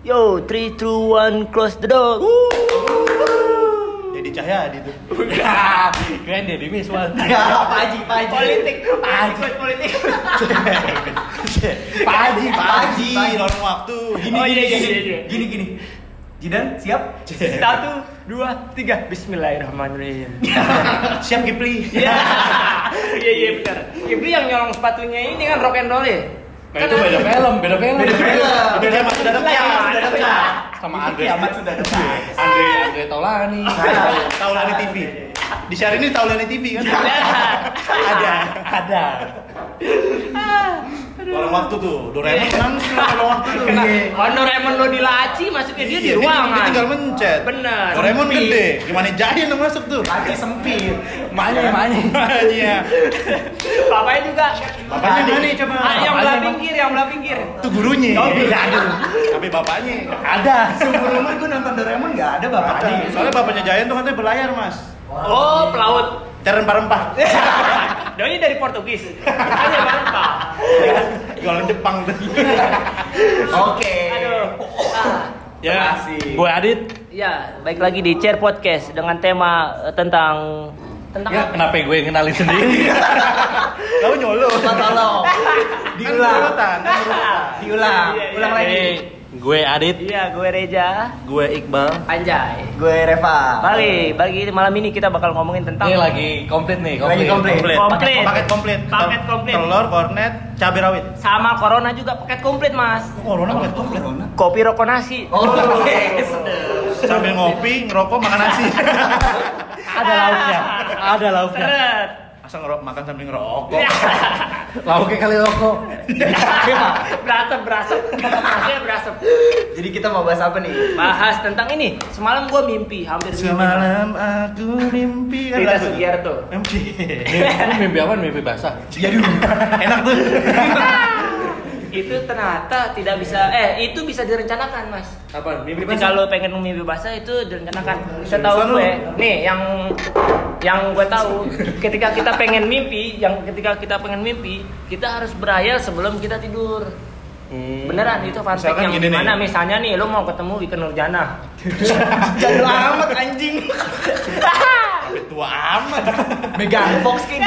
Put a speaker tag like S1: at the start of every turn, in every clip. S1: Yo, 3, 2, 1, close the door.
S2: Jadi Cahyadi tuh. Ya,
S3: Enggak, keren deh Demis Wan. Pak Haji, Pak Haji.
S4: Politik,
S3: Pak Haji,
S4: politik.
S3: Pak Haji, Pak Haji.
S2: Paji, lawan waktu.
S3: Gini,
S4: Oh,
S3: gini,
S4: iya, iya,
S3: gini,
S4: iya, iya.
S3: gini, gini. Jidan, siap?
S4: Satu, dua, tiga. Bismillahirrahmanirrahim.
S2: Siap Kipli.
S4: Iya, iya, iya benar. Ibu yang nyolong sepatunya ini kan rock and roll ya.
S3: Nah, itu beda film, beda film.
S2: Beda film. Beda film sudah
S4: Iya,
S2: dekat.
S4: sudah dekat.
S3: Sama Andre.
S2: Kiamat sudah dekat.
S3: Andre, Andre Taulani.
S5: Nah,
S4: Iya,
S5: iya.
S2: Taulani TV. Di share ini Taulani TV kan.
S4: Iya.
S3: Ada, ada.
S2: Lawan waktu tuh. Doraemon senang tuh lawan waktu tuh.
S4: Iya. Kena Nah, honor Raymond lo di laci, maksudnya dia di
S2: Iya, Dia
S4: ruangan.
S2: tinggal mencet.
S4: Bener.
S2: Doraemon gede. Gimana jahil yang masuk tuh?
S3: Haji sempit. Mana, mana.
S2: Iya.
S4: Bapaknya juga.
S2: Bapaknya mana coba?
S4: Ah, yang belah
S3: Bapaknya, Bang.
S4: pinggir, yang belah pinggir.
S2: Itu gurunya.
S3: Oh, iya, aduh.
S2: Tapi bapaknya.
S3: Ada.
S5: Seumur umur gue nonton Doraemon nggak ada bapak
S2: Ada.
S5: Adi.
S3: Nah, iya.
S2: Soalnya bapaknya Jayan tuh katanya berlayar, Mas.
S4: Oh, pelaut.
S2: Terempah-rempah.
S4: Doi dari Portugis. Hanya lupa.
S2: Jualan Jepang tuh.
S5: Oke.
S4: Aduh. Ah.
S3: Ya,
S5: Makasih.
S3: gue Adit.
S1: Ya, baik lagi di Chair Podcast dengan tema eh, tentang tentang
S3: Ya, kenapa gue yang kenalin sendiri?
S2: Kau nyolong.
S5: Pak Iya, tolong.
S2: Kan
S5: Diulang.
S2: urutan, kan urutan.
S5: Diulang.
S4: Iya, iya,
S5: Ulang lagi.
S3: Hey, gue Adit.
S1: Iya, gue Reja.
S3: Gue Iqbal.
S1: Anjay.
S5: Gue Reva.
S1: Balik, bagi malam ini kita bakal ngomongin tentang
S3: Ini lagi komplit nih, komplit.
S5: Lagi komplit.
S2: Komplit.
S1: Komplit.
S2: Paket komplit.
S4: Paket komplit.
S2: Telur, kornet, cabai rawit.
S1: sama corona juga paket komplit, Mas.
S2: Corona paket komplit.
S1: Kopi rokok nasi.
S5: Oh, oke. sedap.
S2: Sambil ngopi, ngerokok, makan nasi.
S3: Ada lauknya, ada lauknya.
S4: Seret.
S2: Masa ngerokok makan sambil ngerokok.
S3: Lauknya kali loko.
S4: Berasap, berasap. Berasapnya berasap.
S5: Iya. Jadi kita mau bahas apa nih?
S1: Bahas tentang ini. Semalam gue mimpi hampir mimpi.
S2: Semalam aku mimpi
S4: Rita
S2: lagu.
S4: Sugiarto.
S2: Mimpi.
S3: Ini mimpi apa? Mimpi basah.
S5: Jadi
S2: Iya Enak tuh.
S1: Itu ternyata tidak bisa eh itu bisa direncanakan, Mas.
S3: Apa? Mimpi
S1: Ketika lo pengen mimpi basah itu direncanakan. Setahu gue, nih yang yang gue tahu, ketika kita pengen mimpi, yang ketika kita pengen mimpi, kita harus berayal sebelum kita tidur.
S5: Hmm.
S3: Hmm.
S1: Beneran itu fun fact
S2: Misalkan
S1: yang
S2: gini nih.
S1: mana misalnya nih lo mau ketemu Wika Nurjana.
S5: jadul amat anjing.
S2: Sampai Tua amat.
S5: Megan Fox kayak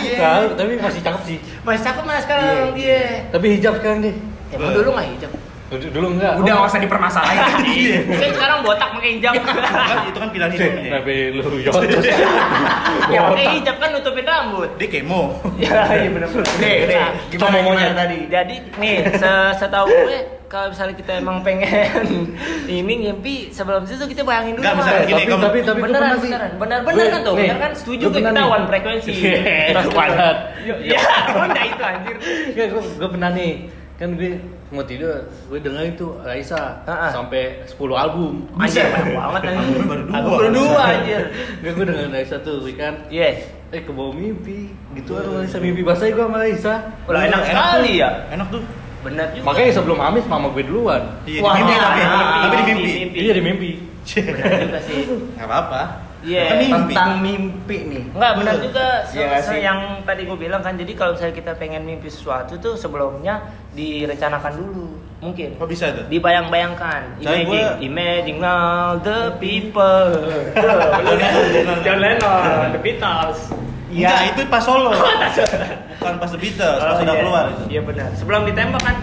S5: gitu.
S3: Nah, tapi masih cakep sih.
S1: Mas cakep mas sekarang dia.
S3: Tapi hijab sekarang nih.
S1: Iya. Emang dulu nggak hijab.
S3: Dulu, dulu enggak. Oh,
S5: Udah nggak usah dipermasalahin.
S1: Kan sekarang botak pakai hijab.
S2: Kan itu kan pilihan
S3: Cih,
S2: hidupnya.
S3: Tapi lu yotos.
S1: Ya pakai hijab kan nutupin rambut.
S2: Dia kemo.
S1: Ya iya benar.
S5: Deh, deh. Gimana
S3: Ngomongnya.
S5: gimana tadi?
S1: Jadi nih se- setahu gue kalau misalnya kita emang pengen ini ngimpi sebelum itu kita bayangin dulu.
S2: Nggak,
S1: Mas.
S2: misalnya gini,
S3: tapi,
S2: kamu-
S3: tapi, tapi gua
S1: beneran,
S3: pernah sih.
S1: beneran, benar benar
S3: Gue-
S1: kan tuh,
S3: nih,
S1: benar kan setuju
S3: gua
S1: tuh
S3: pernah
S1: kita
S3: nih.
S1: one frekuensi.
S3: Terus padat.
S1: Ya, udah itu anjir.
S3: Enggak, gue, gue Iya, pernah nih. Kan gue mau tidur, gue dengar itu Raisa
S1: Ah, ah.
S3: sampai 10 album.
S1: Anjir banyak banget anjir.
S2: Aku baru dua.
S1: Aku baru dua anjir.
S3: Enggak, gue dengar Raisa tuh, kan
S1: Yes.
S3: eh ke bawah mimpi gitu sama Raisa mimpi basah gue sama Raisa
S1: Udah enak
S2: Enak
S1: sekali ya.
S2: Enak tuh.
S1: Benar juga.
S3: makanya sebelum amis mama gue duluan
S2: Iya, di
S5: Wah,
S2: mimpi
S5: enak,
S2: tapi.
S5: enak.
S2: Tapi di mimpi.
S3: iya di mimpi
S1: Benar juga sih.
S2: Enggak apa-apa.
S1: Iya.
S2: Kan mimpi.
S5: Tentang mimpi nih.
S1: Enggak benar juga se-
S5: Iya nggak
S1: se-
S5: sih?
S1: yang tadi gue bilang kan jadi kalau misalnya kita pengen mimpi sesuatu tuh sebelumnya direncanakan dulu mungkin
S2: Kok bisa tuh?
S1: dibayang-bayangkan
S2: Saya
S1: imagine
S2: gua-
S1: imagine all the people
S2: Lu nih, lu nih, lu nih.
S4: John Lennon, The Beatles.
S2: Enggak, itu pas solo. Bukan pas The Beatles, pas
S4: Oh,
S2: udah
S4: iya.
S2: keluar itu.
S4: Iya benar. Sebelum ditembak kan.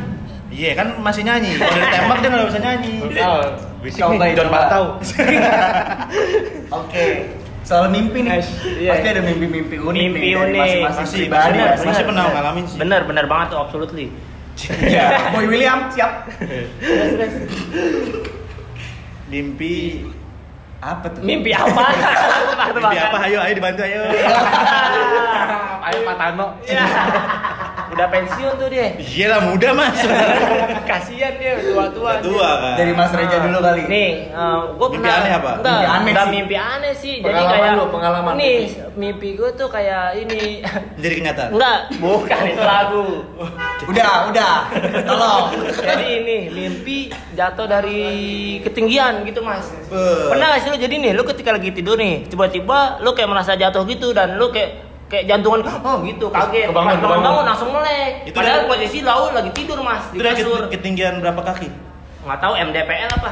S2: Iya kan masih nyanyi. Kalau ditembak dia nggak bisa nyanyi. Iya.
S3: oh, bisik
S5: Coba,
S3: nih John
S5: coba.
S3: Patau
S5: Oke. Soal mimpi nih.
S4: Yes, iya.
S5: Pasti ada mimpi-mimpi unik
S1: Mimpi
S5: nih dari
S1: unik.
S5: masing-masing
S2: Masih,
S5: pribadi.
S2: benar,
S5: pasti.
S2: masih pernah
S1: benar.
S2: ngalamin sih.
S1: bener bener banget tuh absolutely
S5: Iya. Boy William siap.
S2: Mimpi.
S5: Apa tuh?
S1: mimpi apa
S2: Mimpi apa? Ayo, ayo dibantu ayo.
S3: ayo Pak Tano
S4: Iya.
S1: udah pensiun tuh dia
S2: Iya lah muda mas.
S4: Kasihan dia tua-tua.
S2: Udah Tua kan.
S5: Dari Mas Reja dulu kali.
S1: Ah, Nih, gue
S2: Mimpi
S1: pernah
S2: aneh apa?
S1: Enggak,
S5: Mimpi aneh
S1: enggak
S5: sih.
S1: mimpi aneh sih.
S3: Pengalaman
S1: Jadi kayak
S3: lu, pengalaman.
S1: Nih, mimpi gue tuh kayak ini.
S2: Jadi kenyataan.
S1: enggak, bukan itu lagu.
S5: Udah, udah. Tolong.
S1: Jadi ini mimpi jatuh dari ketinggian gitu, Mas.
S2: Beuh.
S1: Pernah gak sih lu jadi nih, lu ketika lagi tidur nih, tiba-tiba lu kayak merasa jatuh gitu dan lu kayak kayak jantungan oh gitu kaget Pas
S3: Kebangun,
S1: bangun,
S3: kebangun.
S1: langsung melek
S2: Itu
S1: padahal
S2: dari-
S1: posisi lau lagi tidur mas di
S2: Itu dari
S1: kasur
S2: ketinggian berapa kaki?
S1: nggak tahu MDPL apa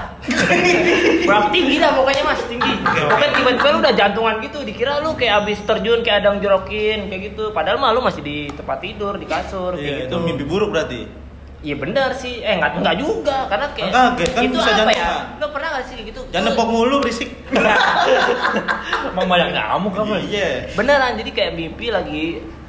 S1: berapa tinggi dah pokoknya mas tinggi pokoknya tiba-tiba lu udah jantungan gitu dikira lu kayak abis terjun kayak adang jorokin kayak gitu padahal mah lu masih di tempat tidur di kasur kayak
S2: Iya, itu
S1: gitu
S2: mimpi buruk berarti.
S1: iya benar sih eh nggak nggak juga karena kayak
S2: Kaget, kan
S1: itu
S2: bisa
S1: apa ya
S2: jantungan.
S1: lu pernah nggak sih kayak gitu
S2: Jangan nepok mulu berisik.
S3: Emang banyak ngamuk apa?
S2: Iya.
S1: beneran jadi kayak mimpi lagi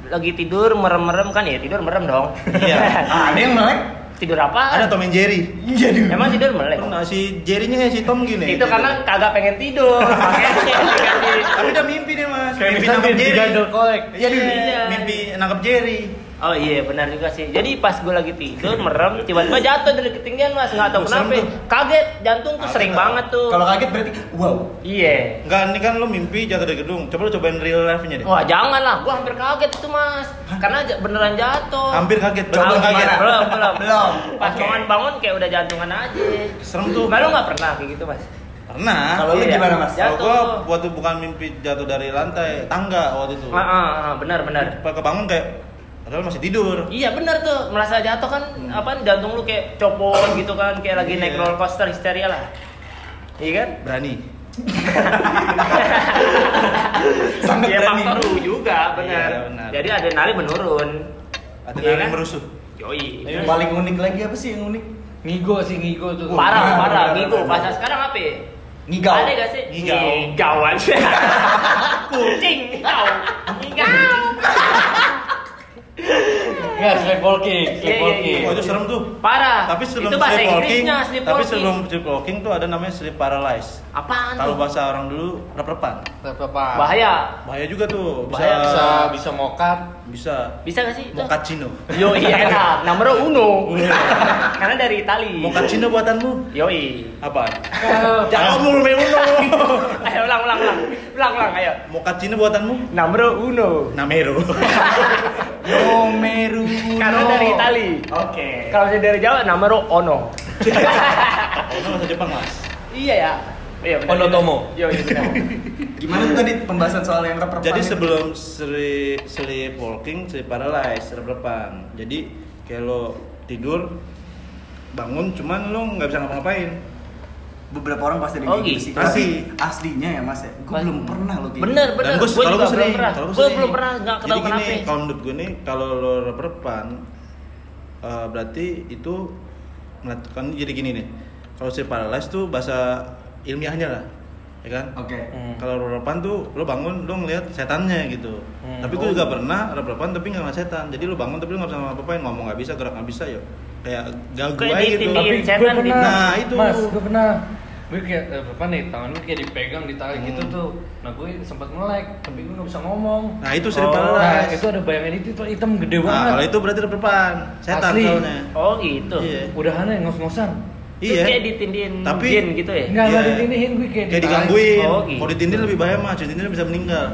S1: lagi tidur merem-merem kan ya tidur merem dong
S2: Iya.
S5: Ah, ada yang melek?
S1: tidur apa
S2: Ada Tom and Jerry.
S5: Iya dulu.
S1: emang tidur melek
S2: Pernah si Jerry-nya ya, si Tom gini.
S1: itu karena kagak pengen tidur makanya diganti.
S2: tapi udah mimpi deh, Mas. Mimpi nangkep
S3: Misalnya
S2: Jerry.
S3: digandol kolek.
S2: Iya,
S1: Iya.
S2: mimpi nangkep Jerry.
S1: Oh iya benar juga sih. Jadi pas gue lagi tidur merem tiba-tiba jatuh dari ketinggian mas nggak tahu
S2: Serem
S1: kenapa.
S2: tuh.
S1: Kaget jantung tuh
S2: Kaget
S1: sering
S2: lah.
S1: banget tuh.
S5: Kalau kaget berarti wow.
S1: Iya.
S2: Enggak, ini kan lo mimpi jatuh dari gedung. Coba lo cobain real life-nya deh.
S1: Wah jangan lah, gue hampir kaget itu mas. Karena j- beneran jatuh.
S2: Hampir kaget,
S5: Coba
S2: betul kaget.
S5: gimana?
S1: Belum belum
S5: Belum.
S1: Pas
S5: Oke.
S1: bangun-bangun kayak udah jantungan aja.
S2: Serem tuh.
S1: Baru nggak pernah kayak gitu mas.
S2: Pernah.
S5: Kalau lu
S1: Iya.
S5: gimana, Mas?
S1: Ya.
S2: Kalau
S1: jatuh.
S2: gua waktu bukan mimpi jatuh dari lantai, tangga waktu itu.
S1: Ah, ah, ah, benar benar.
S2: Pas kebangun kayak padahal masih tidur.
S1: Iya benar tuh merasa jatuh kan apa jantung lu kayak copot gitu kan kayak lagi naik
S2: Hmm. Iya.
S1: roller coaster histeria lah. Iya kan?
S2: Berani.
S5: Sangat
S1: ya
S5: berani.
S1: faktor lu juga benar.
S2: Iya, benar.
S1: Jadi adrenalin menurun.
S2: Ada
S1: Iya
S2: yang
S1: kan?
S2: merusuh.
S1: Yoi.
S5: Yang paling unik lagi apa sih yang unik?
S3: Ngigo sih ngigo tuh.
S1: Parah,
S2: Iya,
S5: Benar,
S1: parah,
S5: benar,
S1: ngigo.
S5: benar.
S1: Bahasa sekarang apa? ya?
S5: Ngigau.
S1: Ada gak sih?
S2: Ngigau.
S1: Ngigauan. Kucing, ngigau. Ngigau.
S3: Ya, sleep walking,
S1: Iya,
S3: sleep
S1: iya,
S3: walking.
S2: Oh, itu serem tuh.
S1: Parah.
S2: Tapi
S1: Iya.
S2: sebelum
S1: itu bahasa
S2: sleepwalking,
S1: Inggrisnya
S2: tapi
S1: sleepwalking.
S2: sebelum sleepwalking tuh ada namanya sleep paralysis.
S1: apaan
S2: Kalau
S1: tuh?
S2: bahasa orang dulu rep-repan.
S3: Apa?
S1: Bahaya.
S2: Bahaya juga tuh. Bisa
S3: Bahaya bisa bisa mokat.
S2: bisa
S1: Bisa gak sih itu?
S2: mochaccino.
S1: Gitu. Yo, iya enak. Nomor uno. Karena dari Itali.
S2: Mochaccino buatanmu
S1: Yoi.
S2: apa? Jangan mulu meuno.
S1: Ayo ulang, ulang, ulang. Ulang, ulang, ayo.
S2: Mochaccino buatanmu
S1: Nomor uno.
S2: namero.
S5: Romeru.
S1: Karena dari Itali.
S5: Oke.
S1: Kalau misalnya dari Jawa namanya Ono.
S2: Ono bahasa Jepang, Mas.
S1: iya ya. Iya, benar.
S3: Onotomo.
S1: Iya, iya benar.
S5: Gimana tuh tadi pembahasan soal yang rep
S2: Jadi sebelum sleep, sleep walking, sleep paralysis, rep-repan. Jadi kayak lo tidur bangun cuman lo nggak bisa ngapa-ngapain.
S5: beberapa orang pasti ada yang
S1: Oh,
S5: kayak gitu
S1: gitu.
S5: sih. Tapi
S2: Pasti.
S5: aslinya ya Mas ya, gue
S1: Pasti.
S5: belum pernah loh kayak gitu.
S1: Bener, bener.
S2: Dan gua-
S1: Gue
S2: kalau
S1: juga
S2: gua
S1: belum
S2: sering,
S1: pernah.
S2: kalau gua
S1: Gue
S2: sering.
S1: belum pernah, nggak
S2: Jadi
S1: ketahu
S2: gini,
S1: kenapa. ya?
S2: kalau menurut gue nih, kalau lo rep-repan eh, berarti itu melat- kan jadi gini nih. Kalau si paralysis tuh bahasa ilmiahnya lah, ya kan?
S5: Oke.
S3: Hmm.
S2: Kalau rep-repan tuh lo bangun lo ngelihat setannya gitu.
S3: Hmm.
S2: Tapi gue
S1: Oh.
S2: juga pernah rep-repan tapi nggak ngeliat setan. Jadi lo bangun tapi lo nggak bisa ngapa-ngapain, ngomong nggak bisa, gerak nggak bisa, yuk kayak
S1: Kayak
S2: gagu aja gitu.
S1: ditindihin.
S3: Tapi
S1: Setan
S3: gue pernah.
S2: di- Nah, itu.
S3: Mas, gue pernah. Gue kayak eh, apa nih tangan gue kayak dipegang ditarik
S2: Hmm.
S3: gitu tuh. Nah gue sempat melek, tapi gue nggak bisa ngomong.
S2: Nah, itu sleep
S3: Oh. Nah,
S2: paralysis.
S3: itu ada bayangan itu tuh hitam gede
S2: Nah, kalau
S3: banget.
S2: itu berarti rep-repan, setan
S3: Asli.
S2: soalnya.
S1: Oh gitu.
S2: Iya.
S3: Udahannya ngos-ngosan.
S1: Itu
S2: Iya.
S1: Kayak ditindihin
S2: Tapi-
S1: jin gitu ya.
S3: Enggak, enggak
S2: Iya.
S3: ditindihin gue kayak
S2: Kayak
S3: ditarik.
S2: digangguin.
S1: Oh, gitu.
S2: Kalau ditindih lebih bahaya mah, ditindih bisa meninggal.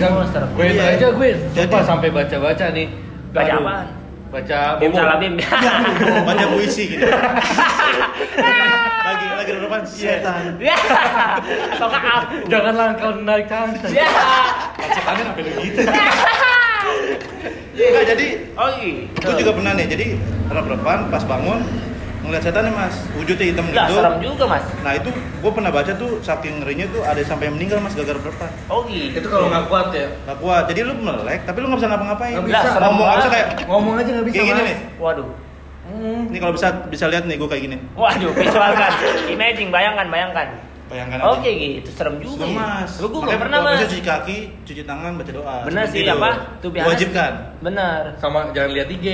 S3: Gak
S1: Oh, serem.
S3: Gue itu
S2: Iya.
S3: aja gue
S2: Jadi-
S3: sumpah sampai baca-baca nih.
S1: Baca
S3: Aduh.
S1: apaan?
S3: Baca
S1: Bim
S3: bobo.
S1: salabim.
S2: baca puisi gitu lagi lagi di depan Iya. setan
S1: Ya. Atau ke aku.
S3: Janganlah engkau menarik tangan.
S1: Ya.
S2: setannya sampai begitu enggak jadi
S1: Oh gitu.
S2: gue juga pernah nih jadi rep-repan pas bangun ngeliat setan nih mas wujudnya hitam
S1: Enggak,
S2: gitu
S1: serem juga mas.
S2: nah itu gue pernah baca tuh saking ngerinya tuh ada yang sampai meninggal mas gara-gara rep-repan
S1: Oh gitu.
S2: kan-
S3: Itu kalau nggak kuat ya.
S2: gak kuat jadi lu melek tapi lu gak bisa ngapa-ngapain
S3: Nggak
S1: bisa.
S2: Lah, ngomong
S1: Serem
S2: aja kayak
S3: Ngomong aja nggak bisa.
S2: kayak gini
S3: Mas.
S2: nih
S1: Waduh.
S3: Hmm.
S2: ini kalau bisa bisa lihat nih gue kayak gini
S1: Waduh, visualkan. Imagine, bayangkan, bayangkan.
S2: bayangkan aja.
S1: Oke gitu, serem juga.
S2: Kan Serem,
S1: ya.
S2: mas
S1: Lu gua
S2: Makanya
S1: nggak pernah
S2: kalau
S1: mas.
S2: bisa cuci kaki cuci tangan baca doa
S1: Bener
S2: sebelum
S1: sih
S2: tidur.
S1: apa? To be honest.
S2: wajibkan
S1: Bener.
S3: Sama jangan lihat IG.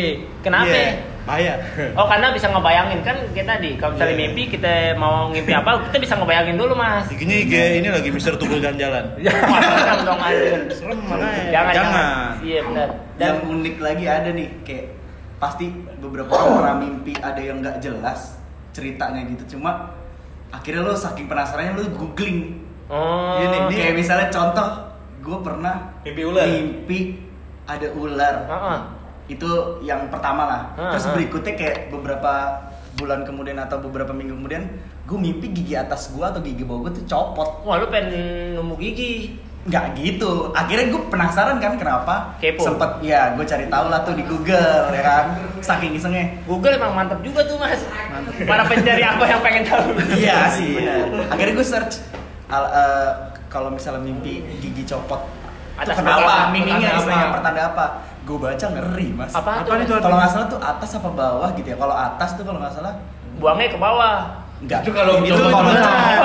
S1: Kenapa? ya?
S2: Iya, bahaya
S1: Oh karena bisa ngebayangin kan kita di kalau misalnya
S2: Iya.
S1: mimpi kita mau ngimpi apa kita bisa ngebayangin dulu mas.
S2: Gini IG ini lagi Mister Tukul dan Jalan.
S1: Wah, serem dong anjir.
S2: Serem makanya.
S1: Jangan, jangan.
S2: jangan.
S1: Iya benar. Dan
S5: yang unik lagi ada nih kayak pasti beberapa orang pernah mimpi ada yang nggak jelas ceritanya gitu cuma akhirnya lo saking penasarannya lo googling
S1: oh,
S2: Ini, ini.
S5: kayak misalnya contoh gue pernah
S2: Mimpi ular.
S5: mimpi ada ular
S1: Heeh.
S5: itu yang pertama lah
S1: Ah,
S5: terus
S1: ah.
S5: berikutnya kayak beberapa bulan kemudian atau beberapa minggu kemudian gue mimpi gigi atas gue atau gigi bawah gue tuh copot
S1: Wah lu pengen nemu gigi.
S5: nggak gitu akhirnya gue penasaran kan kenapa
S1: Kepo.
S5: sempet ya gue cari tahu lah tuh di Google ya kan saking isengnya
S1: Google emang mantap juga tuh mas para pencari apa yang pengen tahu
S5: iya sih benar akhirnya gue search al- eh, kalau misalnya mimpi gigi copot itu
S1: Atas
S5: kenapa
S1: pertanda-
S5: meaningnya
S2: pertanda
S5: istilahnya
S2: apa?
S5: pertanda apa gue baca ngeri mas
S1: apa,
S2: Apa
S1: tuh
S2: nih tuh?
S5: kalau nggak salah tuh atas apa bawah gitu ya kalau atas tuh kalau nggak salah
S1: buangnya ke bawah
S5: nggak
S3: Itu kalau
S5: Ya, itu
S3: betul-betul
S5: kalau
S2: beneran.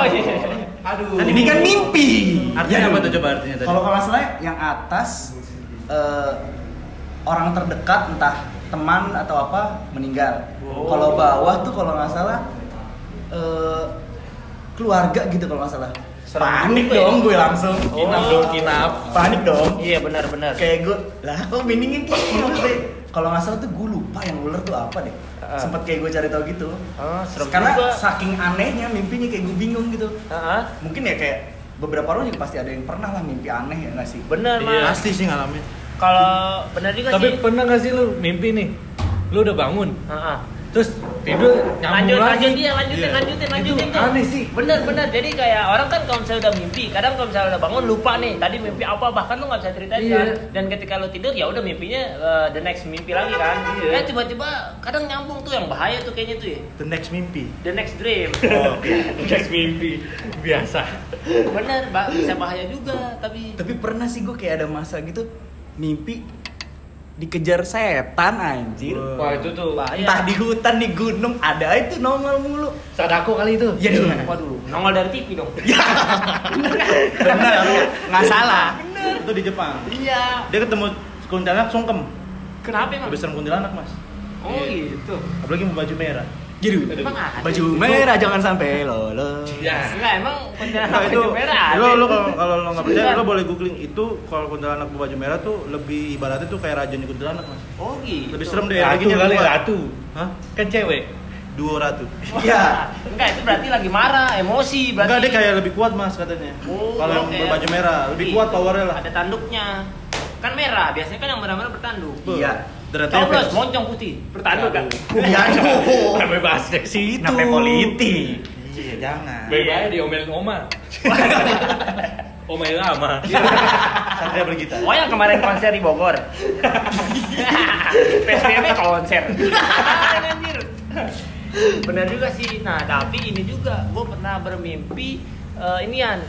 S1: oh, iya.
S2: Aduh.
S5: Kan ini kan mimpi Iya
S2: Artinya
S5: Aduh.
S2: apa tuh coba artinya tadi?
S5: kalau kalau nggak salah yang atas eh, orang terdekat entah teman atau apa meninggal
S1: Oh.
S5: kalau bawah tuh kalau nggak salah eh, keluarga gitu kalau nggak salah
S1: Serem
S5: panik
S1: juga ya.
S5: dong gue langsung
S3: Kinap dong, kinap.
S5: panik dong
S1: iya benar benar
S5: kayak gue lah kok miningnya gini maksudnya kalau nggak salah tuh gue lupa yang ular tuh apa deh
S1: Ah.
S5: sempet kayak gue cari tahu gitu
S1: Ah, serem Ah,
S5: karena
S1: juga.
S5: saking anehnya mimpinya kayak gue bingung gitu
S1: Heeh.
S5: mungkin ya kayak beberapa orang juga pasti ada yang pernah lah mimpi aneh ya nggak sih
S1: benar
S2: Iya.
S1: mas
S2: Pasti sih ngalamin.
S1: kalau benar juga
S3: Tapi
S1: sih
S3: pernah gak Iya sih lu mimpi nih? Lu udah bangun,
S1: Heeh.
S3: terus tidur nyambung
S1: lanjut
S3: lagi.
S1: lanjut iya lanjutin
S2: Iya.
S1: lanjutin lanjutin
S3: Itu
S1: tuh.
S3: aneh sih.
S1: bener bener jadi kayak orang kan kalau misalnya udah mimpi kadang kalau misalnya udah bangun lupa nih tadi mimpi apa bahkan lu nggak bisa ceritain
S3: Iya.
S1: kan dan ketika lu tidur ya udah mimpinya eh, the next mimpi lagi kan
S3: Iya.
S1: Nah, tiba-tiba kadang nyambung tuh yang bahaya tuh kayaknya tuh ya
S2: The next mimpi.
S1: the next dream
S2: Oh,
S3: Cek mimpi biasa.
S1: bener Mbak, bisa bahaya juga tapi
S5: tapi pernah sih gue kayak ada masa gitu mimpi dikejar setan anjir
S3: Wah itu tuh
S5: entah di hutan di gunung ada aja tuh nongol mulu
S3: sadako kali itu.
S5: ya dong
S1: waduh nongol dari TV dong
S5: bener nggak salah
S2: Itu di Jepang.
S1: iya
S2: Dia ketemu kuntilanak sungkem.
S1: kenapa emang
S2: Kebesaran kuntilanak, Mas.
S1: oh gitu
S2: Apalagi mau baju merah.
S5: jadi
S1: emang ada
S5: baju merah jangan sampai lolos
S3: Ya.
S1: Enggak, emang kuntilanak
S2: Nah,
S1: baju merah ada.
S2: Lo lo kalau kalau lo nggak percaya lo boleh googling itu kalau kuntilanak berbaju merah tuh lebih ibaratnya tuh kayak rajanya kuntilanak mas.
S1: Oh gitu.
S2: Lebih serem deh
S3: Ratu
S2: laginya
S3: kali
S2: dua.
S3: ratu.
S2: Hah?
S3: Kan cewek.
S2: Duo ratu.
S1: Wah,
S5: Iya.
S1: Enggak, itu berarti lagi marah, emosi berarti.
S2: Enggak deh kayak lebih kuat mas katanya.
S1: Oh,
S2: kalau yang
S1: oke.
S2: berbaju merah lebih
S1: Iya.
S2: kuat powernya lah.
S1: Ada tanduknya. Kan merah, biasanya kan yang merah-merah bertanduk.
S5: Iya.
S2: Derajatnya
S1: Coblos,
S2: fix.
S1: moncong putih, bertanduk kan.
S5: ya aduh
S3: Sampai bahas dari situ.
S5: sampai politik
S2: Iya jangan.
S3: Bebaya diomelin oma. oma lama.
S2: Satria bergita.
S1: Oh yang kemarin konser di Bogor. PSBB konser. Kemarin, anjir. Bener juga sih. Nah tapi ini juga, gue pernah bermimpi eh, inian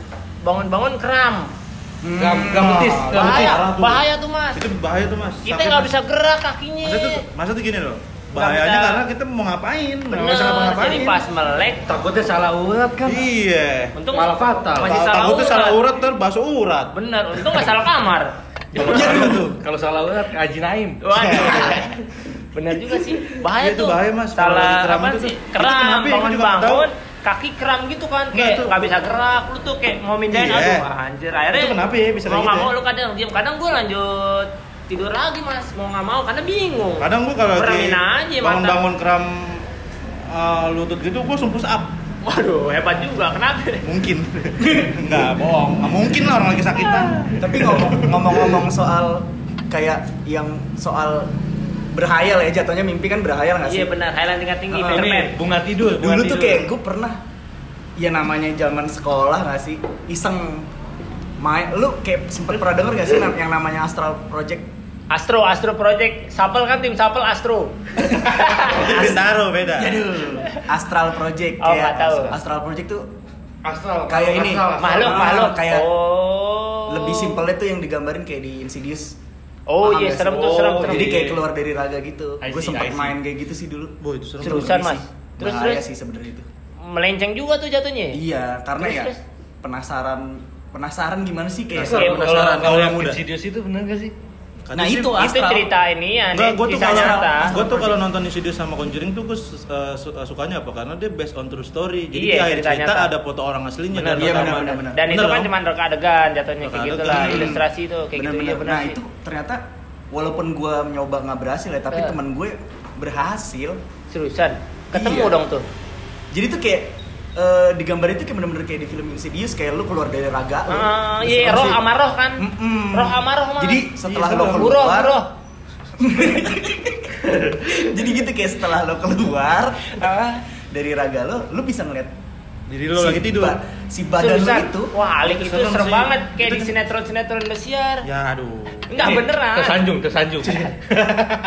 S1: bangun-banun kram.
S3: Gam gametis, gametis.
S1: Bahaya,
S2: parah tuh.
S1: bahaya tuh mas.
S2: Itu bahaya tuh mas.
S1: Kita
S2: Sakit,
S1: nggak
S2: Mas.
S1: bisa gerak kakinya.
S2: Masa tuh, masa tuh gini loh. Bahayanya
S1: bisa.
S2: karena kita mau ngapain, nggak
S1: Bener,
S2: bisa ngapa-ngapain.
S1: jadi pas melek
S3: Takutnya salah urat kan.
S2: Iya.
S1: Untung
S3: Malah fatal.
S1: Masih
S2: Ta-
S1: salah
S2: Takutnya
S1: urat.
S2: salah urat ntar bakso urat.
S1: Bener, untung gak salah kamar.
S3: Kalau
S2: Iya
S3: salah Iya kalau salah urat ke Haji Naim.
S1: Waduh. Bener juga sih. Bahaya
S2: Iya, itu
S1: tuh.
S2: bahaya, Mas. Kalau lagi
S1: Salah
S2: kram
S1: apa
S2: itu tuh.
S1: sih?
S2: Itu
S1: Kram,
S2: kenapa ya? Gua juga nggak
S1: bangun-bangun kaki kram gitu kan
S2: Nggak,
S1: kayak
S2: itu-
S1: nggak bisa gerak lu tuh kayak mau mindahin
S2: Iya.
S1: aduh anjir akhirnya
S2: Itu kenapa ya
S1: mau
S2: bisa kayak
S1: nggak
S2: gitu
S1: mau
S2: ya?
S1: lu kadang diam kadang gua lanjut tidur lagi mas mau nggak mau karena bingung
S2: Kadang gua kalau lagi
S1: Beramin aja mata.
S2: bangun-bangun kram eh, lutut gitu gua sumpus up.
S1: waduh hebat juga kenapa
S2: Mungkin. Enggak, bohong. Nggak mungkin lah orang lagi sakitan.
S5: tapi ngomong- ngomong-ngomong soal kayak yang soal berhayal ya jatuhnya mimpi kan berhayal nggak
S1: iya
S5: sih
S1: benar Highland tingkat tinggi
S5: Ah,
S1: Peter
S3: Ini
S1: Pan.
S3: bunga tidur. bunga
S5: dulu tuh
S3: tidur.
S5: kayak gue pernah ya namanya zaman sekolah nggak sih iseng main lu kayak sempet pernah denger gak sih nam- yang namanya astral project
S1: Astro Astro Project Sapel kan tim Sapel Astro
S2: Itu Bintaro beda.
S5: Aduh, astral project
S1: Oh, nggak tahu.
S5: astral project tuh
S3: astral.
S5: kayak ini
S3: astral, astral.
S1: makhluk
S5: Ah,
S1: makhluk
S5: kayak
S1: oh
S5: lebih simpelnya tuh yang digambarin kayak di Insidious
S1: oh
S5: Paham
S1: iya
S5: nggak
S1: serem
S5: sih?
S1: tuh serem
S3: Oh,
S1: serem
S5: jadi kayak
S3: Iya.
S5: keluar dari raga gitu
S3: I
S5: gue
S3: see, I
S5: sempet
S3: see.
S5: main kayak gitu sih dulu
S2: Boy, itu serem.
S1: Seriusan,
S5: Ngeri
S1: Mas?
S5: sih.
S1: Terus,
S5: Bahaya
S1: terus?
S5: sih sebenarnya itu
S1: melenceng juga tuh jatuhnya
S5: Iya, karena
S1: Terus,
S5: ya
S1: terus?
S5: penasaran penasaran gimana sih kayak
S1: Penasaran.
S3: Iya, Kalau- Kalau
S2: penasaran,
S3: kalau
S2: kalau
S3: yang
S2: yang muda.
S3: Insidious itu bener gak sih?
S2: Katanya
S5: Nah,
S2: sih-
S5: itu
S1: itu
S5: astral.
S1: cerita ini ya
S2: Enggak, gue tuh
S1: kisah
S2: kalau
S1: nyata
S2: gue tuh kalau nonton Insidious sama Conjuring tuh gue eh, sukanya apa? Karena dia based on true story. Jadi
S1: Iya,
S2: di akhir
S1: cerita
S2: cerita
S1: nyata.
S2: ada foto orang aslinya
S1: Benar,
S2: dan
S5: iya,
S2: rekaman.
S5: benar, benar,
S1: dan itu
S2: Bener
S1: kan
S2: dong?
S1: cuma reka adegan jatuhnya kayak
S2: Reka
S1: gitu
S2: adegan.
S1: lah ilustrasi tuh kayak gitu
S5: Bener-bener.
S1: iya benar
S5: Hmm. nah
S1: sih
S5: itu ternyata walaupun gue nyoba nggak berhasil ya tapi
S1: Eh.
S5: temen gue berhasil
S1: seriusan ketemu
S5: Iya.
S1: dong tuh
S5: jadi tuh kayak eh, digambarin tuh kayak bener-bener kayak di film Insidious kayak lu keluar dari raga lu.
S1: Ah,
S5: Terus
S1: iya
S5: terus
S1: roh
S5: sih.
S1: sama roh kan
S5: Mm-mm.
S1: roh sama roh Mas.
S5: jadi setelah
S2: Iya,
S5: lo
S2: sama
S1: buruh
S5: keluar
S1: buruh
S5: ah, jadi gitu kayak setelah lo keluar dari raga lo lu bisa ngeliat
S2: Jadi lo lagi tidur.
S5: ba- si badan lu
S1: Seriusan.
S5: itu
S1: Wah, Alik itu
S2: Serem
S1: serem
S2: sih.
S1: banget kayak
S2: Itu-
S1: di sinetron-sinetron Indosiar.
S5: Iya.
S2: Ya aduh.
S1: Enggak
S3: Ini,
S1: beneran.
S3: Iya. Tersanjung, tersanjung.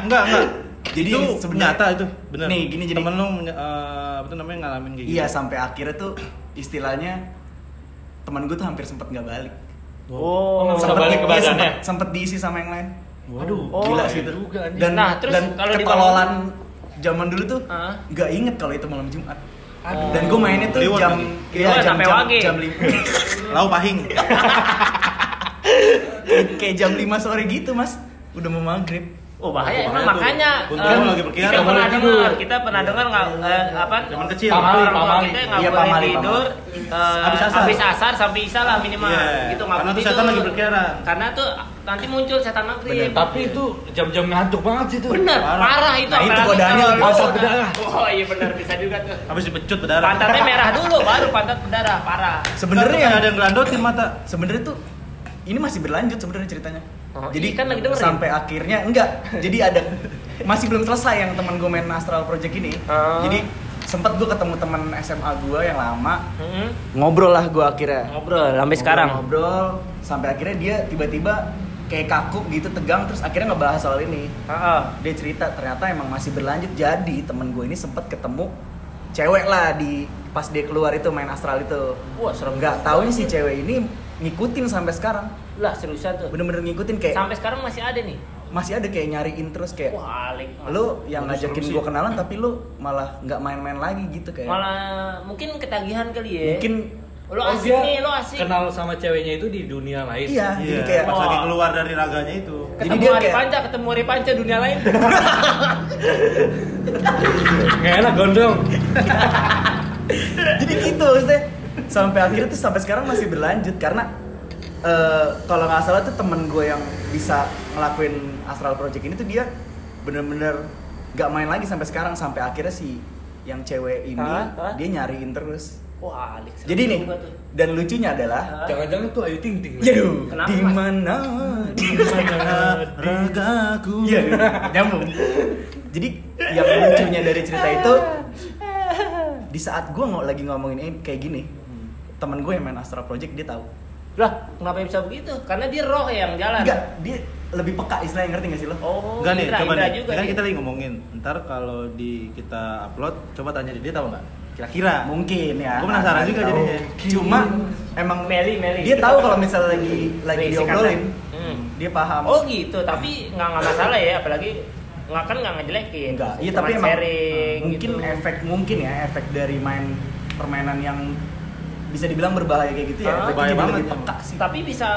S2: Enggak, enggak.
S5: Jadi
S2: itu
S5: sebenarnya-
S2: nyata itu, bener.
S5: Nih, gini, jadi-
S2: temen lu menye- eh, apa tuh namanya ngalamin kayak gitu.
S5: iya sampai akhirnya tuh istilahnya teman gue tuh hampir sempet nggak balik.
S1: Oh,
S3: Nggak bisa balik ke
S5: iya,
S3: badannya.
S5: sempet, sempet diisi sama yang lain.
S2: Waduh.
S1: Oh,
S5: Gila
S1: iya
S5: sih itu.
S3: juga, anjing.
S5: Dan
S1: Nah, terus
S5: dan
S1: kalau di
S5: ketololan zaman dulu tuh
S1: Hah?
S5: nggak inget kalau itu malam Jumat.
S1: Aduh.
S5: Dan gue mainnya tuh
S2: Kliwon
S5: jam
S2: lagi.
S5: iya,
S1: Oh. Kliwon
S5: jam
S1: sampai
S5: jam,
S1: wage.
S5: jam lim-
S2: Lau pahing.
S5: kayak jam 5 sore gitu, Mas. Udah mau maghrib.
S1: Oh bahaya,
S2: Bahaya
S1: emang
S2: tuh.
S1: makanya
S2: Untung
S1: eh,
S2: lu lagi berkeliaran,
S1: kita
S2: nggak
S1: pernah
S2: boleh
S1: dengar,
S3: tidur.
S1: kita pernah dengar nggak eh, apa?
S2: Zaman kecil.
S1: Pamali,
S3: Pamali, pamali.
S1: Kita nggak
S5: Iya,
S1: boleh
S5: pamali,
S1: tidur eh,
S2: Habis asar.
S1: habis asar sampai isya lah minimal.
S2: Iya,
S1: Gitu nggak
S2: karena
S1: boleh
S2: tuh setan
S1: tidur.
S2: lagi berkeliaran.
S1: Karena tuh nanti muncul setan maghrib.
S3: Tapi itu jam-jam ngantuk banget sih itu.
S1: Bener,
S2: Parah.
S1: parah itu.
S5: Nah, itu
S1: apalagi
S5: godaannya
S1: kalau
S5: lebih
S1: lu-
S3: asal berdarah.
S1: Oh iya benar bisa juga tuh.
S2: Habis dipecut berdarah.
S1: Pantatnya merah dulu, baru pantat berdarah, parah.
S5: Sebenarnya
S2: Nggak, ada yang Iya. gelandotin mata.
S5: sebenarnya tuh ini masih berlanjut sebenarnya ceritanya.
S1: Oh,
S5: jadi
S1: iya kan lagi dengerin.
S5: sampai akhirnya enggak. Jadi ada masih belum selesai yang teman gue main Astral Project ini.
S1: Ah.
S5: Jadi sempet gue ketemu teman SMA gue yang lama
S1: Mm-mm.
S5: ngobrol lah gue akhirnya.
S1: Hmm. Ngobrol sampai sekarang.
S5: ngobrol sampai akhirnya dia tiba-tiba kayak kaku gitu tegang terus akhirnya ngebahas soal ini.
S3: Ah,
S1: Heeh.
S5: Dia cerita ternyata emang masih berlanjut jadi temen gue ini sempet ketemu cewek lah di pas dia keluar itu main astral itu.
S1: Wah, serem
S5: Nggak tahunya si cewek ini ngikutin sampai sekarang.
S1: Lah seriusan tuh.
S5: Bener-bener ngikutin kayak
S1: Sampai sekarang masih ada nih.
S5: masih ada kayak nyariin terus kayak
S1: Wah, Alik.
S5: Iya. lu yang
S2: Waduh, serem
S5: ngajakin
S2: sih.
S5: gue kenalan tapi lu malah nggak main-main lagi gitu kayak.
S1: Malah mungkin ketagihan kali ya.
S5: Mungkin
S1: lo
S3: Oh,
S1: asik
S3: dia
S1: nih, lo asik.
S3: Kenal sama ceweknya itu di dunia lain.
S5: iya, jadi
S2: Iya,
S5: kayak
S2: pas
S1: Wah.
S2: lagi keluar dari raganya itu.
S5: jadi
S1: Ketemu
S5: dia
S1: Ari
S5: kayak-
S1: Panca, ketemu Ari Panca dunia lain.
S3: Nggak enak gondrong.
S5: jadi gitu maksudnya. Sampai akhirnya tuh sampai sekarang masih berlanjut karena eh, kalau nggak salah tuh temen gue yang bisa ngelakuin astral project ini tuh dia bener-bener nggak main lagi sampai sekarang sampai akhirnya si yang cewek ini
S1: Hah? Hah?
S5: dia nyariin terus.
S1: Wah, Alik. serem
S5: Jadi nih
S1: juga tuh.
S5: dan lucunya adalah
S1: Hah?
S3: Jangan-jangan tuh Ayu Ting Ting.
S1: Iya,
S5: Yaduh,
S1: Kenapa,
S5: di
S1: Mas?
S5: mana? Di mana?
S2: Ragaku.
S5: Iya, nyambung. Jadi yang lucunya dari cerita itu di saat gue nggak lagi ngomongin ini kayak gini, teman gue yang main Astra Project dia tahu.
S1: Lah, kenapa bisa begitu? Karena dia roh yang jalan.
S5: Enggak, dia lebih peka istilahnya ngerti gak sih lo?
S1: Oh,
S2: Enggak nih,
S1: Indra,
S2: coba
S1: Indra
S2: nih.
S1: juga
S2: kan
S1: nih.
S2: kita lagi ngomongin. Ntar kalau di kita upload, coba tanya dia, dia tahu nggak? Kira-kira.
S5: Mungkin ya.
S2: Gua penasaran
S5: Nggak
S2: juga
S5: tahu.
S2: jadinya.
S5: Cuma emang
S1: Meli, Meli.
S5: dia tahu kalau misalnya lagi lagi
S1: Berisik
S5: diobrolin,
S1: katanya. Hmm.
S5: dia paham.
S1: Oh gitu, tapi nggak nggak masalah ya, apalagi nggak kan nggak ngejelekin.
S5: enggak iya
S1: Cuman
S5: tapi emang eh,
S1: sharing,
S5: mungkin
S1: gitu.
S5: efek mungkin ya efek dari main permainan yang bisa dibilang berbahaya kayak gitu ya
S1: Ah,
S5: efeknya
S2: bahaya
S5: jadi
S2: banget
S5: lebih
S2: emang.
S5: peka sih
S1: Tapi bisa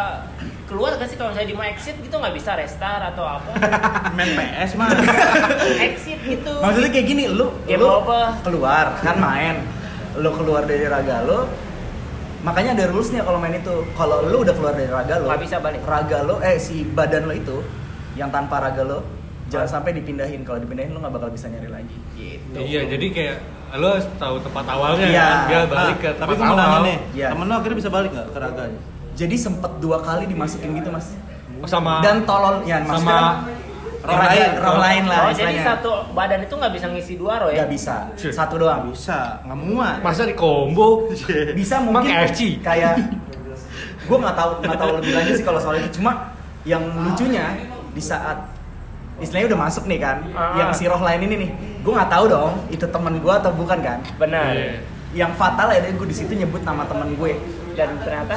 S1: keluar gak sih kalau misalnya di mau exit gitu nggak bisa restart atau apa?
S2: Main PS mah.
S1: exit gitu.
S5: maksudnya kayak gini lu
S1: Game
S5: lu
S1: apa?
S5: keluar kan main lu keluar dari raga lu makanya ada rulesnya kalau main itu kalau lu udah keluar dari raga lu
S1: Nggak bisa balik.
S5: raga lu eh si badan lu itu yang tanpa raga lu jangan sampai dipindahin kalau dipindahin lu nggak bakal bisa nyari lagi
S1: Gitu.
S3: Iya, jadi kayak lo harus tahu tempat awalnya
S5: Iya.
S3: kan? Biar
S2: Nah,
S3: balik ke
S2: tapi
S3: tempat
S2: gue mau nanya
S3: awal.
S2: nih,
S5: Iya.
S2: temen lo akhirnya bisa balik nggak ke raganya?
S5: jadi sempet dua kali dimasukin gitu mas
S3: Oh, sama
S5: dan tolol ya maksudnya
S3: sama
S5: kan
S2: Roh
S5: raga-
S2: lain.
S5: roh lain lah
S1: Oh, jadi
S5: istilahnya.
S1: satu badan itu nggak bisa ngisi dua roh ya?
S5: Nggak bisa.
S3: Sure.
S5: Satu doang.
S2: Bisa, nggak muat.
S3: masa di combo.
S5: Bisa
S3: Emang
S5: mungkin
S3: KFC?
S5: kayak gue nggak tahu nggak tahu lebih lanjut sih kalau soal itu cuma yang lucunya di saat istilahnya udah masuk nih kan
S1: Ah.
S5: yang si roh lain ini nih gue nggak tahu dong itu teman gue atau bukan kan
S1: Benar.
S3: Iya.
S5: yang fatal ya gue di situ nyebut nama teman gue
S1: Dan ternyata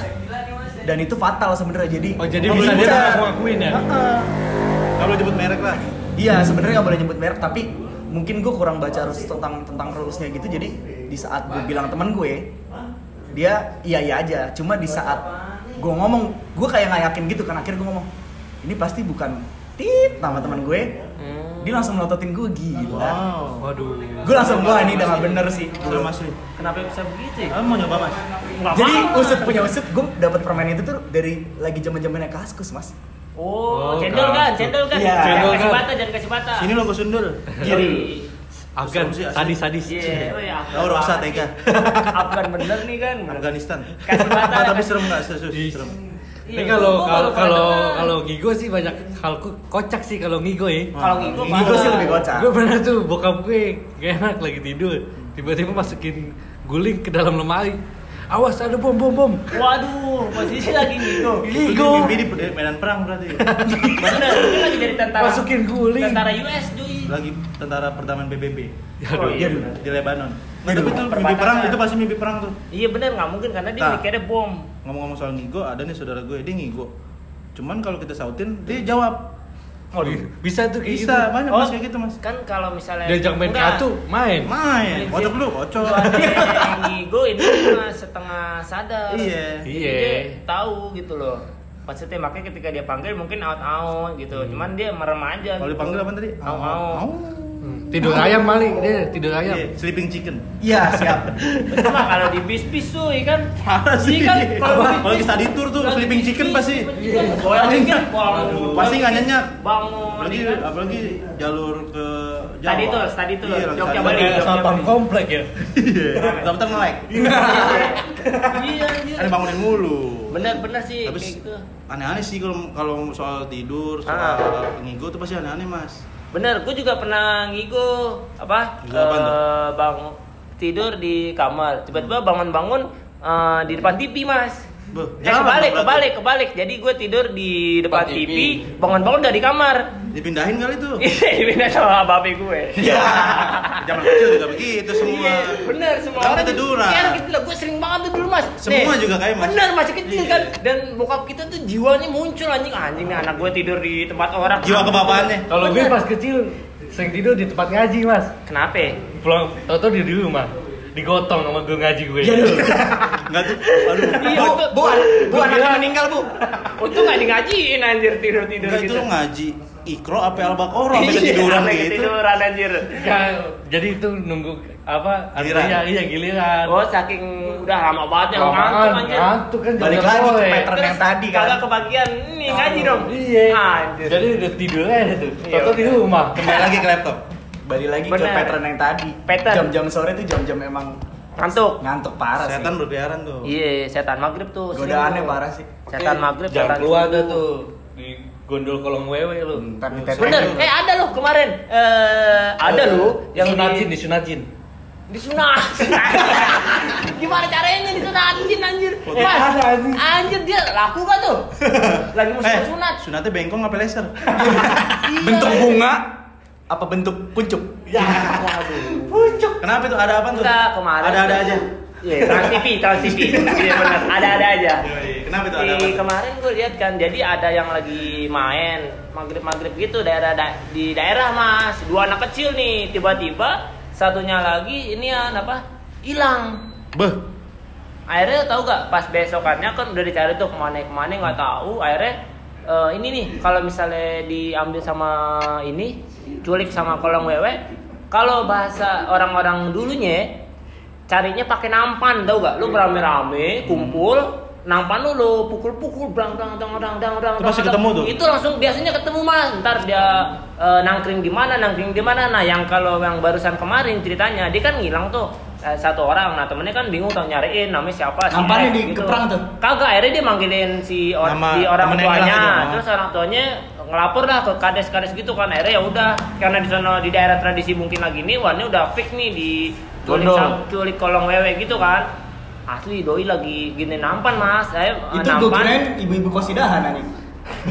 S5: dan itu fatal sebenarnya jadi
S3: Oh, jadi
S5: nggak
S3: bisa
S5: boleh
S3: dia
S5: bicara.
S3: langsung ngakuin ya?
S5: Heeh.
S2: Kalau jemput merek lah.
S5: Iya sebenarnya nggak boleh nyebut merek tapi mungkin gue kurang baca harus tentang tentang rulesnya gitu jadi di saat gue bilang teman gue dia iya iya aja cuma di saat gue ngomong gue kayak nggak yakin gitu kan akhirnya gue ngomong ini pasti bukan tit nama teman gue dia langsung melototin gue gila
S2: Wow.
S3: Waduh.
S5: gue langsung wah ini udah nggak bener sih
S2: Serem asli.
S1: kenapa bisa begitu? ya?
S2: Kamu mau nyoba mas?
S1: Nggak
S5: jadi
S1: mau.
S5: usut punya usut gue dapat permainan itu tuh dari lagi zaman zamannya kaskus mas
S1: Oh,
S3: Oh,
S1: cendol kan,
S3: kan.
S1: cendol kan.
S5: Iya.
S1: Jangan
S3: Cendol
S1: kasih
S3: kan.
S1: bata, jangan kasih bata. Iya,
S2: Sini lo gue sundul.
S1: Kiri.
S3: Agan
S2: Serem sih, asli.
S3: sadis-sadis.
S1: Iya, oh ya, Afgan
S2: Tahu Rosa
S1: banget.
S2: Tega,
S1: Afgan bener nih kan.
S2: Afghanistan.
S1: Kasih bata.
S2: Ah, tapi serem nggak serius?
S3: Ih.
S2: Serem.
S1: Iya,
S3: Tapi kalau
S1: gua
S3: kalau
S1: baru pernah
S3: kalau
S1: dengar.
S3: kalau Gigo sih banyak hal ku- kocak sih kalau Gigo ya.
S1: kalau ngigo
S5: ini gue sih lebih kocak
S3: Gue pernah tuh bokap gue gak enak lagi tidur, tiba-tiba masukin guling ke dalam lemari. Awas ada bom bom bom.
S1: Waduh, posisi lagi gitu.
S2: Itu mimpi di di medan perang berarti.
S1: Bener, ini lagi dari tentara.
S3: Masukin guling.
S1: Tentara US, Joy.
S2: Lagi tentara perdamaian PBB
S1: Oh,
S3: Aduh.
S1: iya.
S2: di Lebanon. Nah, tapi itu mimpi
S1: Perbatasan.
S2: perang itu pasti mimpi perang tuh.
S1: Iya bener, nggak mungkin karena dia
S2: Nah.
S1: mikirnya bom.
S2: Ngomong-ngomong soal ngigo, ada nih saudara gue dia ngigo. Cuman kalau kita sautin dia jawab.
S3: Oh,
S2: Oh, iya.
S3: Bisa tuh kayak gitu.
S2: Bisa banyak mas
S1: Oh.
S2: kayak gitu mas.
S1: Kan kalau misalnya
S3: Diajak main
S1: Enggak.
S3: kartu, main.
S2: Main, kocok lu, kocok.
S1: Soalnya Ngigo ini cuma setengah sadar.
S2: Iya.
S1: Jadi
S3: Iya.
S1: dia Tahu gitu loh. Maksudnya makanya ketika dia panggil mungkin out-out gitu. Cuman dia merem aja.
S2: Kalau
S1: gitu.
S2: dipanggil apa tadi?
S1: Au, au.
S3: Hmm, Tidur ayam maling dia, tidur ayam.
S2: Iya, sleeping chicken.
S5: Iya siap.
S1: Cuma kalau di bis-bis tuh ikan.
S2: Parah sih.
S1: Iya kan, kalau
S2: Apa?
S1: di-
S2: Kalau di study tour tuh
S1: kalau di
S2: sleeping
S1: bis-bis, iya.
S2: chicken pasti.
S1: sleeping chicken. Boel dikit, bangun.
S2: Pasti nggak nyenyak.
S1: Bangun. iya kan?
S2: Apalagi
S1: ikan.
S2: apalagi jalur ke Jawa.
S1: Tadi tuh, tadi tuh.
S2: Iya, lagi
S1: Jogja
S2: study
S1: balik.
S2: tour.
S1: Kayak satpam
S3: komplek ya.
S2: Iya. Bentar-bentar nge-lag.
S1: Iya, iya.
S2: Kan bangunin mulu.
S1: Bener-bener sih
S2: Tapi
S1: kayak gitu.
S2: aneh-aneh sih kalau kalau soal tidur, soal
S1: Ah.
S2: ngigo tuh pasti aneh-aneh, Mas.
S1: Bener, gue juga pernah ngigo apa?
S2: Ngigo apaan tuh?
S1: eh, bang tidur di kamar, tiba-tiba bangun-bangun eh, di depan TV mas.
S2: Beuh,
S1: Eh, kebalik,
S2: jalan dong berarti.
S1: kebalik, kebalik. Jadi gue tidur di depan
S3: Depan
S1: TV,
S3: TV.
S1: bangun-bangun dari kamar.
S2: Dipindahin kali tuh.
S1: Iya.
S2: Iya.
S1: Dipindah sama babe gue.
S2: Zaman kecil juga begitu semua.
S1: Iya, bener semua
S2: Kan ketiduran.
S1: Iya, gitu lah. Gue sering banget tuh dulu mas.
S2: Semua juga kayak Mas.
S1: Bener masih kecil
S2: Iya.
S1: kan. Dan bokap kita tuh jiwanya muncul anjing Ah, anjing nih anak gue tidur di tempat orang.
S2: Jiwa kebapaannya.
S3: Kalau gue pas kecil sering tidur di tempat ngaji, Mas.
S1: Kenapa? Iya,
S3: Pulang tau-tau di rumah digotong sama guru ngaji gue.
S2: Enggak tuh. Aduh.
S1: Iya,
S5: Bu, bu, an- bu
S3: Gua
S5: anaknya
S3: bilang.
S5: meninggal bu.
S1: Untung gak dingajiin anjir tidur-tidur
S2: Enggak itu
S1: gitu. Iya,
S2: lu ngaji Iqra apa Al-Baqarah sampai ketiduran
S1: Sampai
S2: gitu.
S1: ketiduran anjir.
S3: Ya, jadi itu nunggu apa
S2: Giliran.
S3: artinya iya giliran.
S1: Oh, saking udah lama banget yang ngantuk
S3: Lamaan,
S1: anjir.
S3: ngantuk kan jam
S5: Balik
S3: enam
S5: lagi ke
S3: sore.
S5: pattern.
S1: Terus
S5: yang tadi kan.
S1: kagak kebagian nih ngaji dong.
S3: Iya.
S1: Anjir.
S3: Jadi udah tidur aja tuh.
S1: Iya,
S3: Tau-tau di
S1: oke.
S3: rumah.
S2: Kembali lagi ke laptop.
S5: Balik lagi ke
S1: Bener.
S5: pattern yang tadi.
S1: Pattern.
S5: Jam-jam sore tuh jam-jam emang
S1: Ngantuk.
S5: ngantuk parah sih.
S2: Setan berkeliaran tuh.
S1: Iya, setan maghrib tuh. sering
S5: Godaannya
S1: tuh.
S5: parah sih.
S1: Setan maghrib,
S3: Jangan
S1: setan
S3: keluar dah
S1: subuh.
S3: tuh di gondol kolong wewe lu.
S5: Tapi pattern
S1: Bener,
S5: itu-
S1: eh ada loh kemarin. Eh, ada loh
S3: yang
S1: yang
S3: sunatin
S1: di
S3: di sunatin.
S1: disunat. Gimana caranya disunatin anjir?
S2: Eh,
S1: Mas,
S3: ada, anjir.
S1: anjir dia laku gak tuh? Lagi
S2: Eh,
S1: musim sunat.
S2: sunatnya bengkong apa laser?
S5: Bentuk bunga apa bentuk puncuk?
S1: Pucuk.
S2: Kenapa tuh ada apa tuh?
S1: Enggak, kemarin.
S2: Ada-ada aja.
S1: Iya, trans TV, trans TV. Iya benar, ada-ada aja.
S2: Kenapa tuh ada apa?
S1: Di
S2: tuh?
S1: kemarin gue lihat kan, jadi ada yang lagi main maghrib maghrib gitu daerah da- di daerah mas, dua anak kecil nih tiba-tiba satunya lagi ini ya apa hilang.
S2: Beh,
S1: Akhirnya tahu gak pas besokannya kan udah dicari tuh kemana kemana nggak tahu. Akhirnya eh, ini nih kalau misalnya diambil sama ini culik sama kolong wewe, kalau bahasa orang-orang dulunya carinya pakai nampan tau gak? Lu rame-rame kumpul nampan lu lu pukul-pukul brang brang brang brang brang brang
S2: Itu pasti
S1: brang, brang.
S2: ketemu tuh?
S1: itu langsung biasanya ketemu mas ntar dia eh, nangkring gimana nangkring gimana nah yang kalau yang barusan kemarin ceritanya dia kan ngilang tuh eh, satu orang nah temennya kan bingung tuh nyariin namanya siapa si
S5: Nampannya
S1: X,
S5: dikeprang tuh?
S1: kagak akhirnya dia manggilin si or-
S2: Nama
S1: di orang
S2: temennya yang hilang
S1: tuanya
S2: itu, ah.
S1: terus orang tuanya ngelapor lah ke kades-kades gitu kan akhirnya ya udah karena di sana di daerah tradisi mungkin lagi nih warnanya udah fix nih di culik,
S5: Gondol.
S1: sam- culik kolong wewe gitu kan asli doi lagi gini nampan mas saya eh,
S5: Itu gue kirain ibu-ibu kosidahan anjing.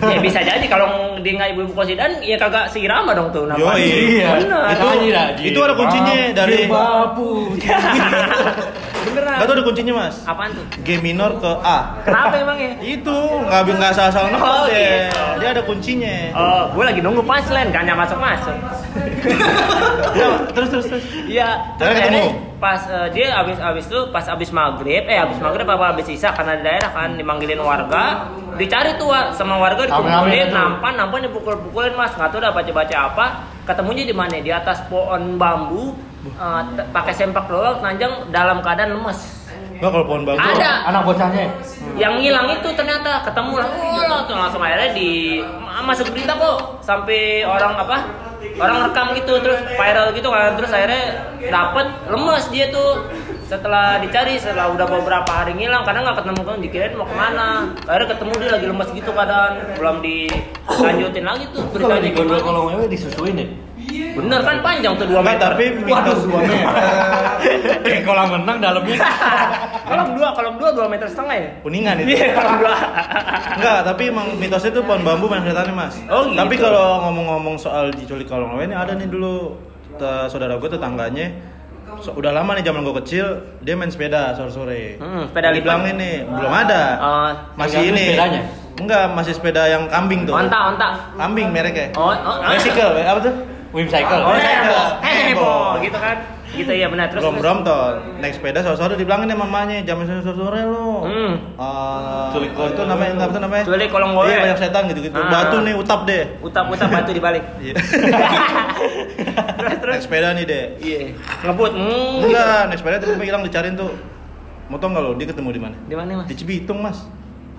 S1: ya bisa jadi kalau dia nggak ibu-ibu kosidan ya kagak seirama dong tuh nampan
S2: Yoi.
S3: Iya.
S1: Bener.
S2: Itu itu ada kuncinya dari
S3: babu.
S1: beneran
S2: Enggak tuh ada kuncinya, Mas.
S1: apaan tuh
S2: G minor ke A.
S1: kenapa emang ya
S2: Itu nggak nggak salah-salah
S1: Oh,
S2: nempel deh.
S1: gitu.
S2: Dia ada kuncinya.
S1: Oh, gue lagi nunggu punchline, kan masuk masuk.
S2: Ya, terus terus terus.
S1: Iya,
S2: Akhirnya ketemu.
S1: akhirnya pas eh, dia abis abis tuh pas abis maghrib, eh abis maghrib apa abis isa karena di daerah kan dimanggilin warga, dicari tuh Wak, sama warga
S3: Rame-rame
S1: dikumpulin,
S3: tuh.
S1: nampan nampan dipukul-pukulin mas, nggak tahu udah baca-baca apa, ketemunya di mana? Di atas pohon bambu, eh, t- pakai sempak doang, nanjang dalam keadaan lemes.
S2: Enggak kalau pohon bambu.
S1: Ada.
S3: Anak bocahnya.
S1: Yang ngilang itu ternyata ketemu lah, oh, tuh langsung akhirnya di ma- masuk berita kok sampai orang apa? Orang rekam gitu terus viral gitu kan terus akhirnya dapet lemes dia tuh setelah dicari setelah udah beberapa hari ngilang karena nggak ketemu kan dikirain mau kemana akhirnya ketemu dia lagi lemes gitu keadaan belum dilanjutin lagi tuh
S3: Itu kalau
S1: beritanya
S3: di gondol
S1: gimana.
S3: kolong wewe disusuin ya.
S1: bener Bener kan panjang tuh 2
S2: Enggak,
S1: meter.
S2: tapi
S1: waduh
S2: mitos-
S1: 2 meter.
S3: Kayak Eh, kolam renang dalamnya.
S1: kolom 2, kolom 2 2 meter setengah ya?
S2: kuningan itu
S1: Iya, kolom 2.
S2: enggak tapi emang mitosnya itu pohon bambu main setannya mas
S1: Oh, gitu.
S2: tapi kalau ngomong-ngomong soal diculik kalau ini ada nih dulu te- saudara gue tetangganya so- udah lama nih zaman gue kecil dia main sepeda sore-sore
S1: Hmm, sepeda lipat.
S2: dibilang ini belum ada
S1: Oh,
S2: masih
S3: tergantung
S2: ini
S3: sepedanya.
S2: enggak masih sepeda yang kambing tuh
S1: Onta, onta.
S2: kambing mereknya
S1: Oh, oh, oh.
S2: bicycle eh, apa tuh
S3: Wim cycle.
S1: Oh,
S2: Oh,
S1: heboh.
S2: heboh.
S1: Heboh gitu kan. Gitu ya benar terus.
S2: Brom
S1: terus.
S2: brom ton naik sepeda sore sore dibilangin ya mamanya jam sore sore lo
S1: Hmm.
S2: Ah,
S3: Culik kolong.
S2: itu namanya apa tuh namanya
S1: Culik kolong gowe.
S2: iya banyak setan gitu gitu
S1: Ah.
S2: batu nih utap deh
S1: Utap-utap batu dibalik.
S2: Iya.
S1: Terus
S2: naik
S1: terus.
S2: sepeda nih deh
S1: Iya. Ngebut. Hmm.
S2: enggak naik sepeda tiba-tiba hilang dicariin tuh mau tau nggak lo dia ketemu di mana
S1: Di mana, Mas?
S2: di Cibitung mas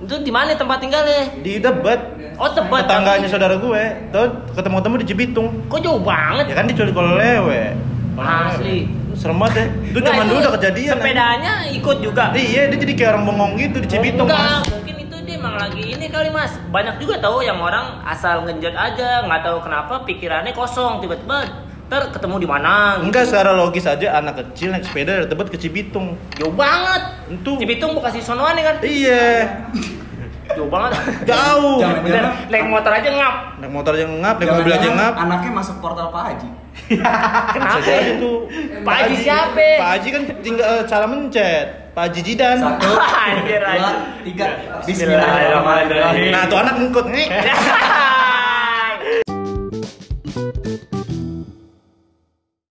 S1: Itu di mana tempat tinggalnya?
S2: di debat
S1: Oh, Tebet.
S2: tetangganya saudara gue tuh ketemu-temu di Cibitung
S1: Kok jauh banget?
S2: ya kan diculik kolong lewe Kolong
S1: Asli.
S2: lewe. serem banget deh itu
S1: Nggak,
S2: zaman dulu udah kejadian kan?
S1: Sepedanya ikut juga.
S2: anjing. iya dia jadi kayak orang bengong gitu di Cibitung
S1: Enggak,
S2: mas
S1: mungkin itu dia emang lagi ini kali mas. Banyak juga tahu yang orang asal ngenjot aja, nggak tahu kenapa pikirannya kosong tiba-tiba ter ketemu di mana. gitu.
S2: Enggak secara logis aja anak kecil naik sepeda dari Tebet ke Cibitung.
S1: Jauh banget.
S2: Itu.
S1: Cibitung bukan si sonoan ya kan?
S2: Iya,
S1: Jauh banget.
S2: jauh.
S5: Jangan-
S1: Bener, naik motor aja ngap.
S2: Naik motor aja ngap, naik mobil aja ngap. Kan
S5: anaknya masuk portal Pak Haji
S1: Kenapa?
S2: Bisa jadi tuh.
S1: Pak Haji siapa?
S2: Pak Haji kan tinggal eh, salah mencet. Pak Haji Jidan.
S5: satu
S1: Anjir,
S5: dua
S1: anjir.
S5: tiga Bismillahirrahmanirrahim
S2: Nah, tuh anak Nah, ngikut nih.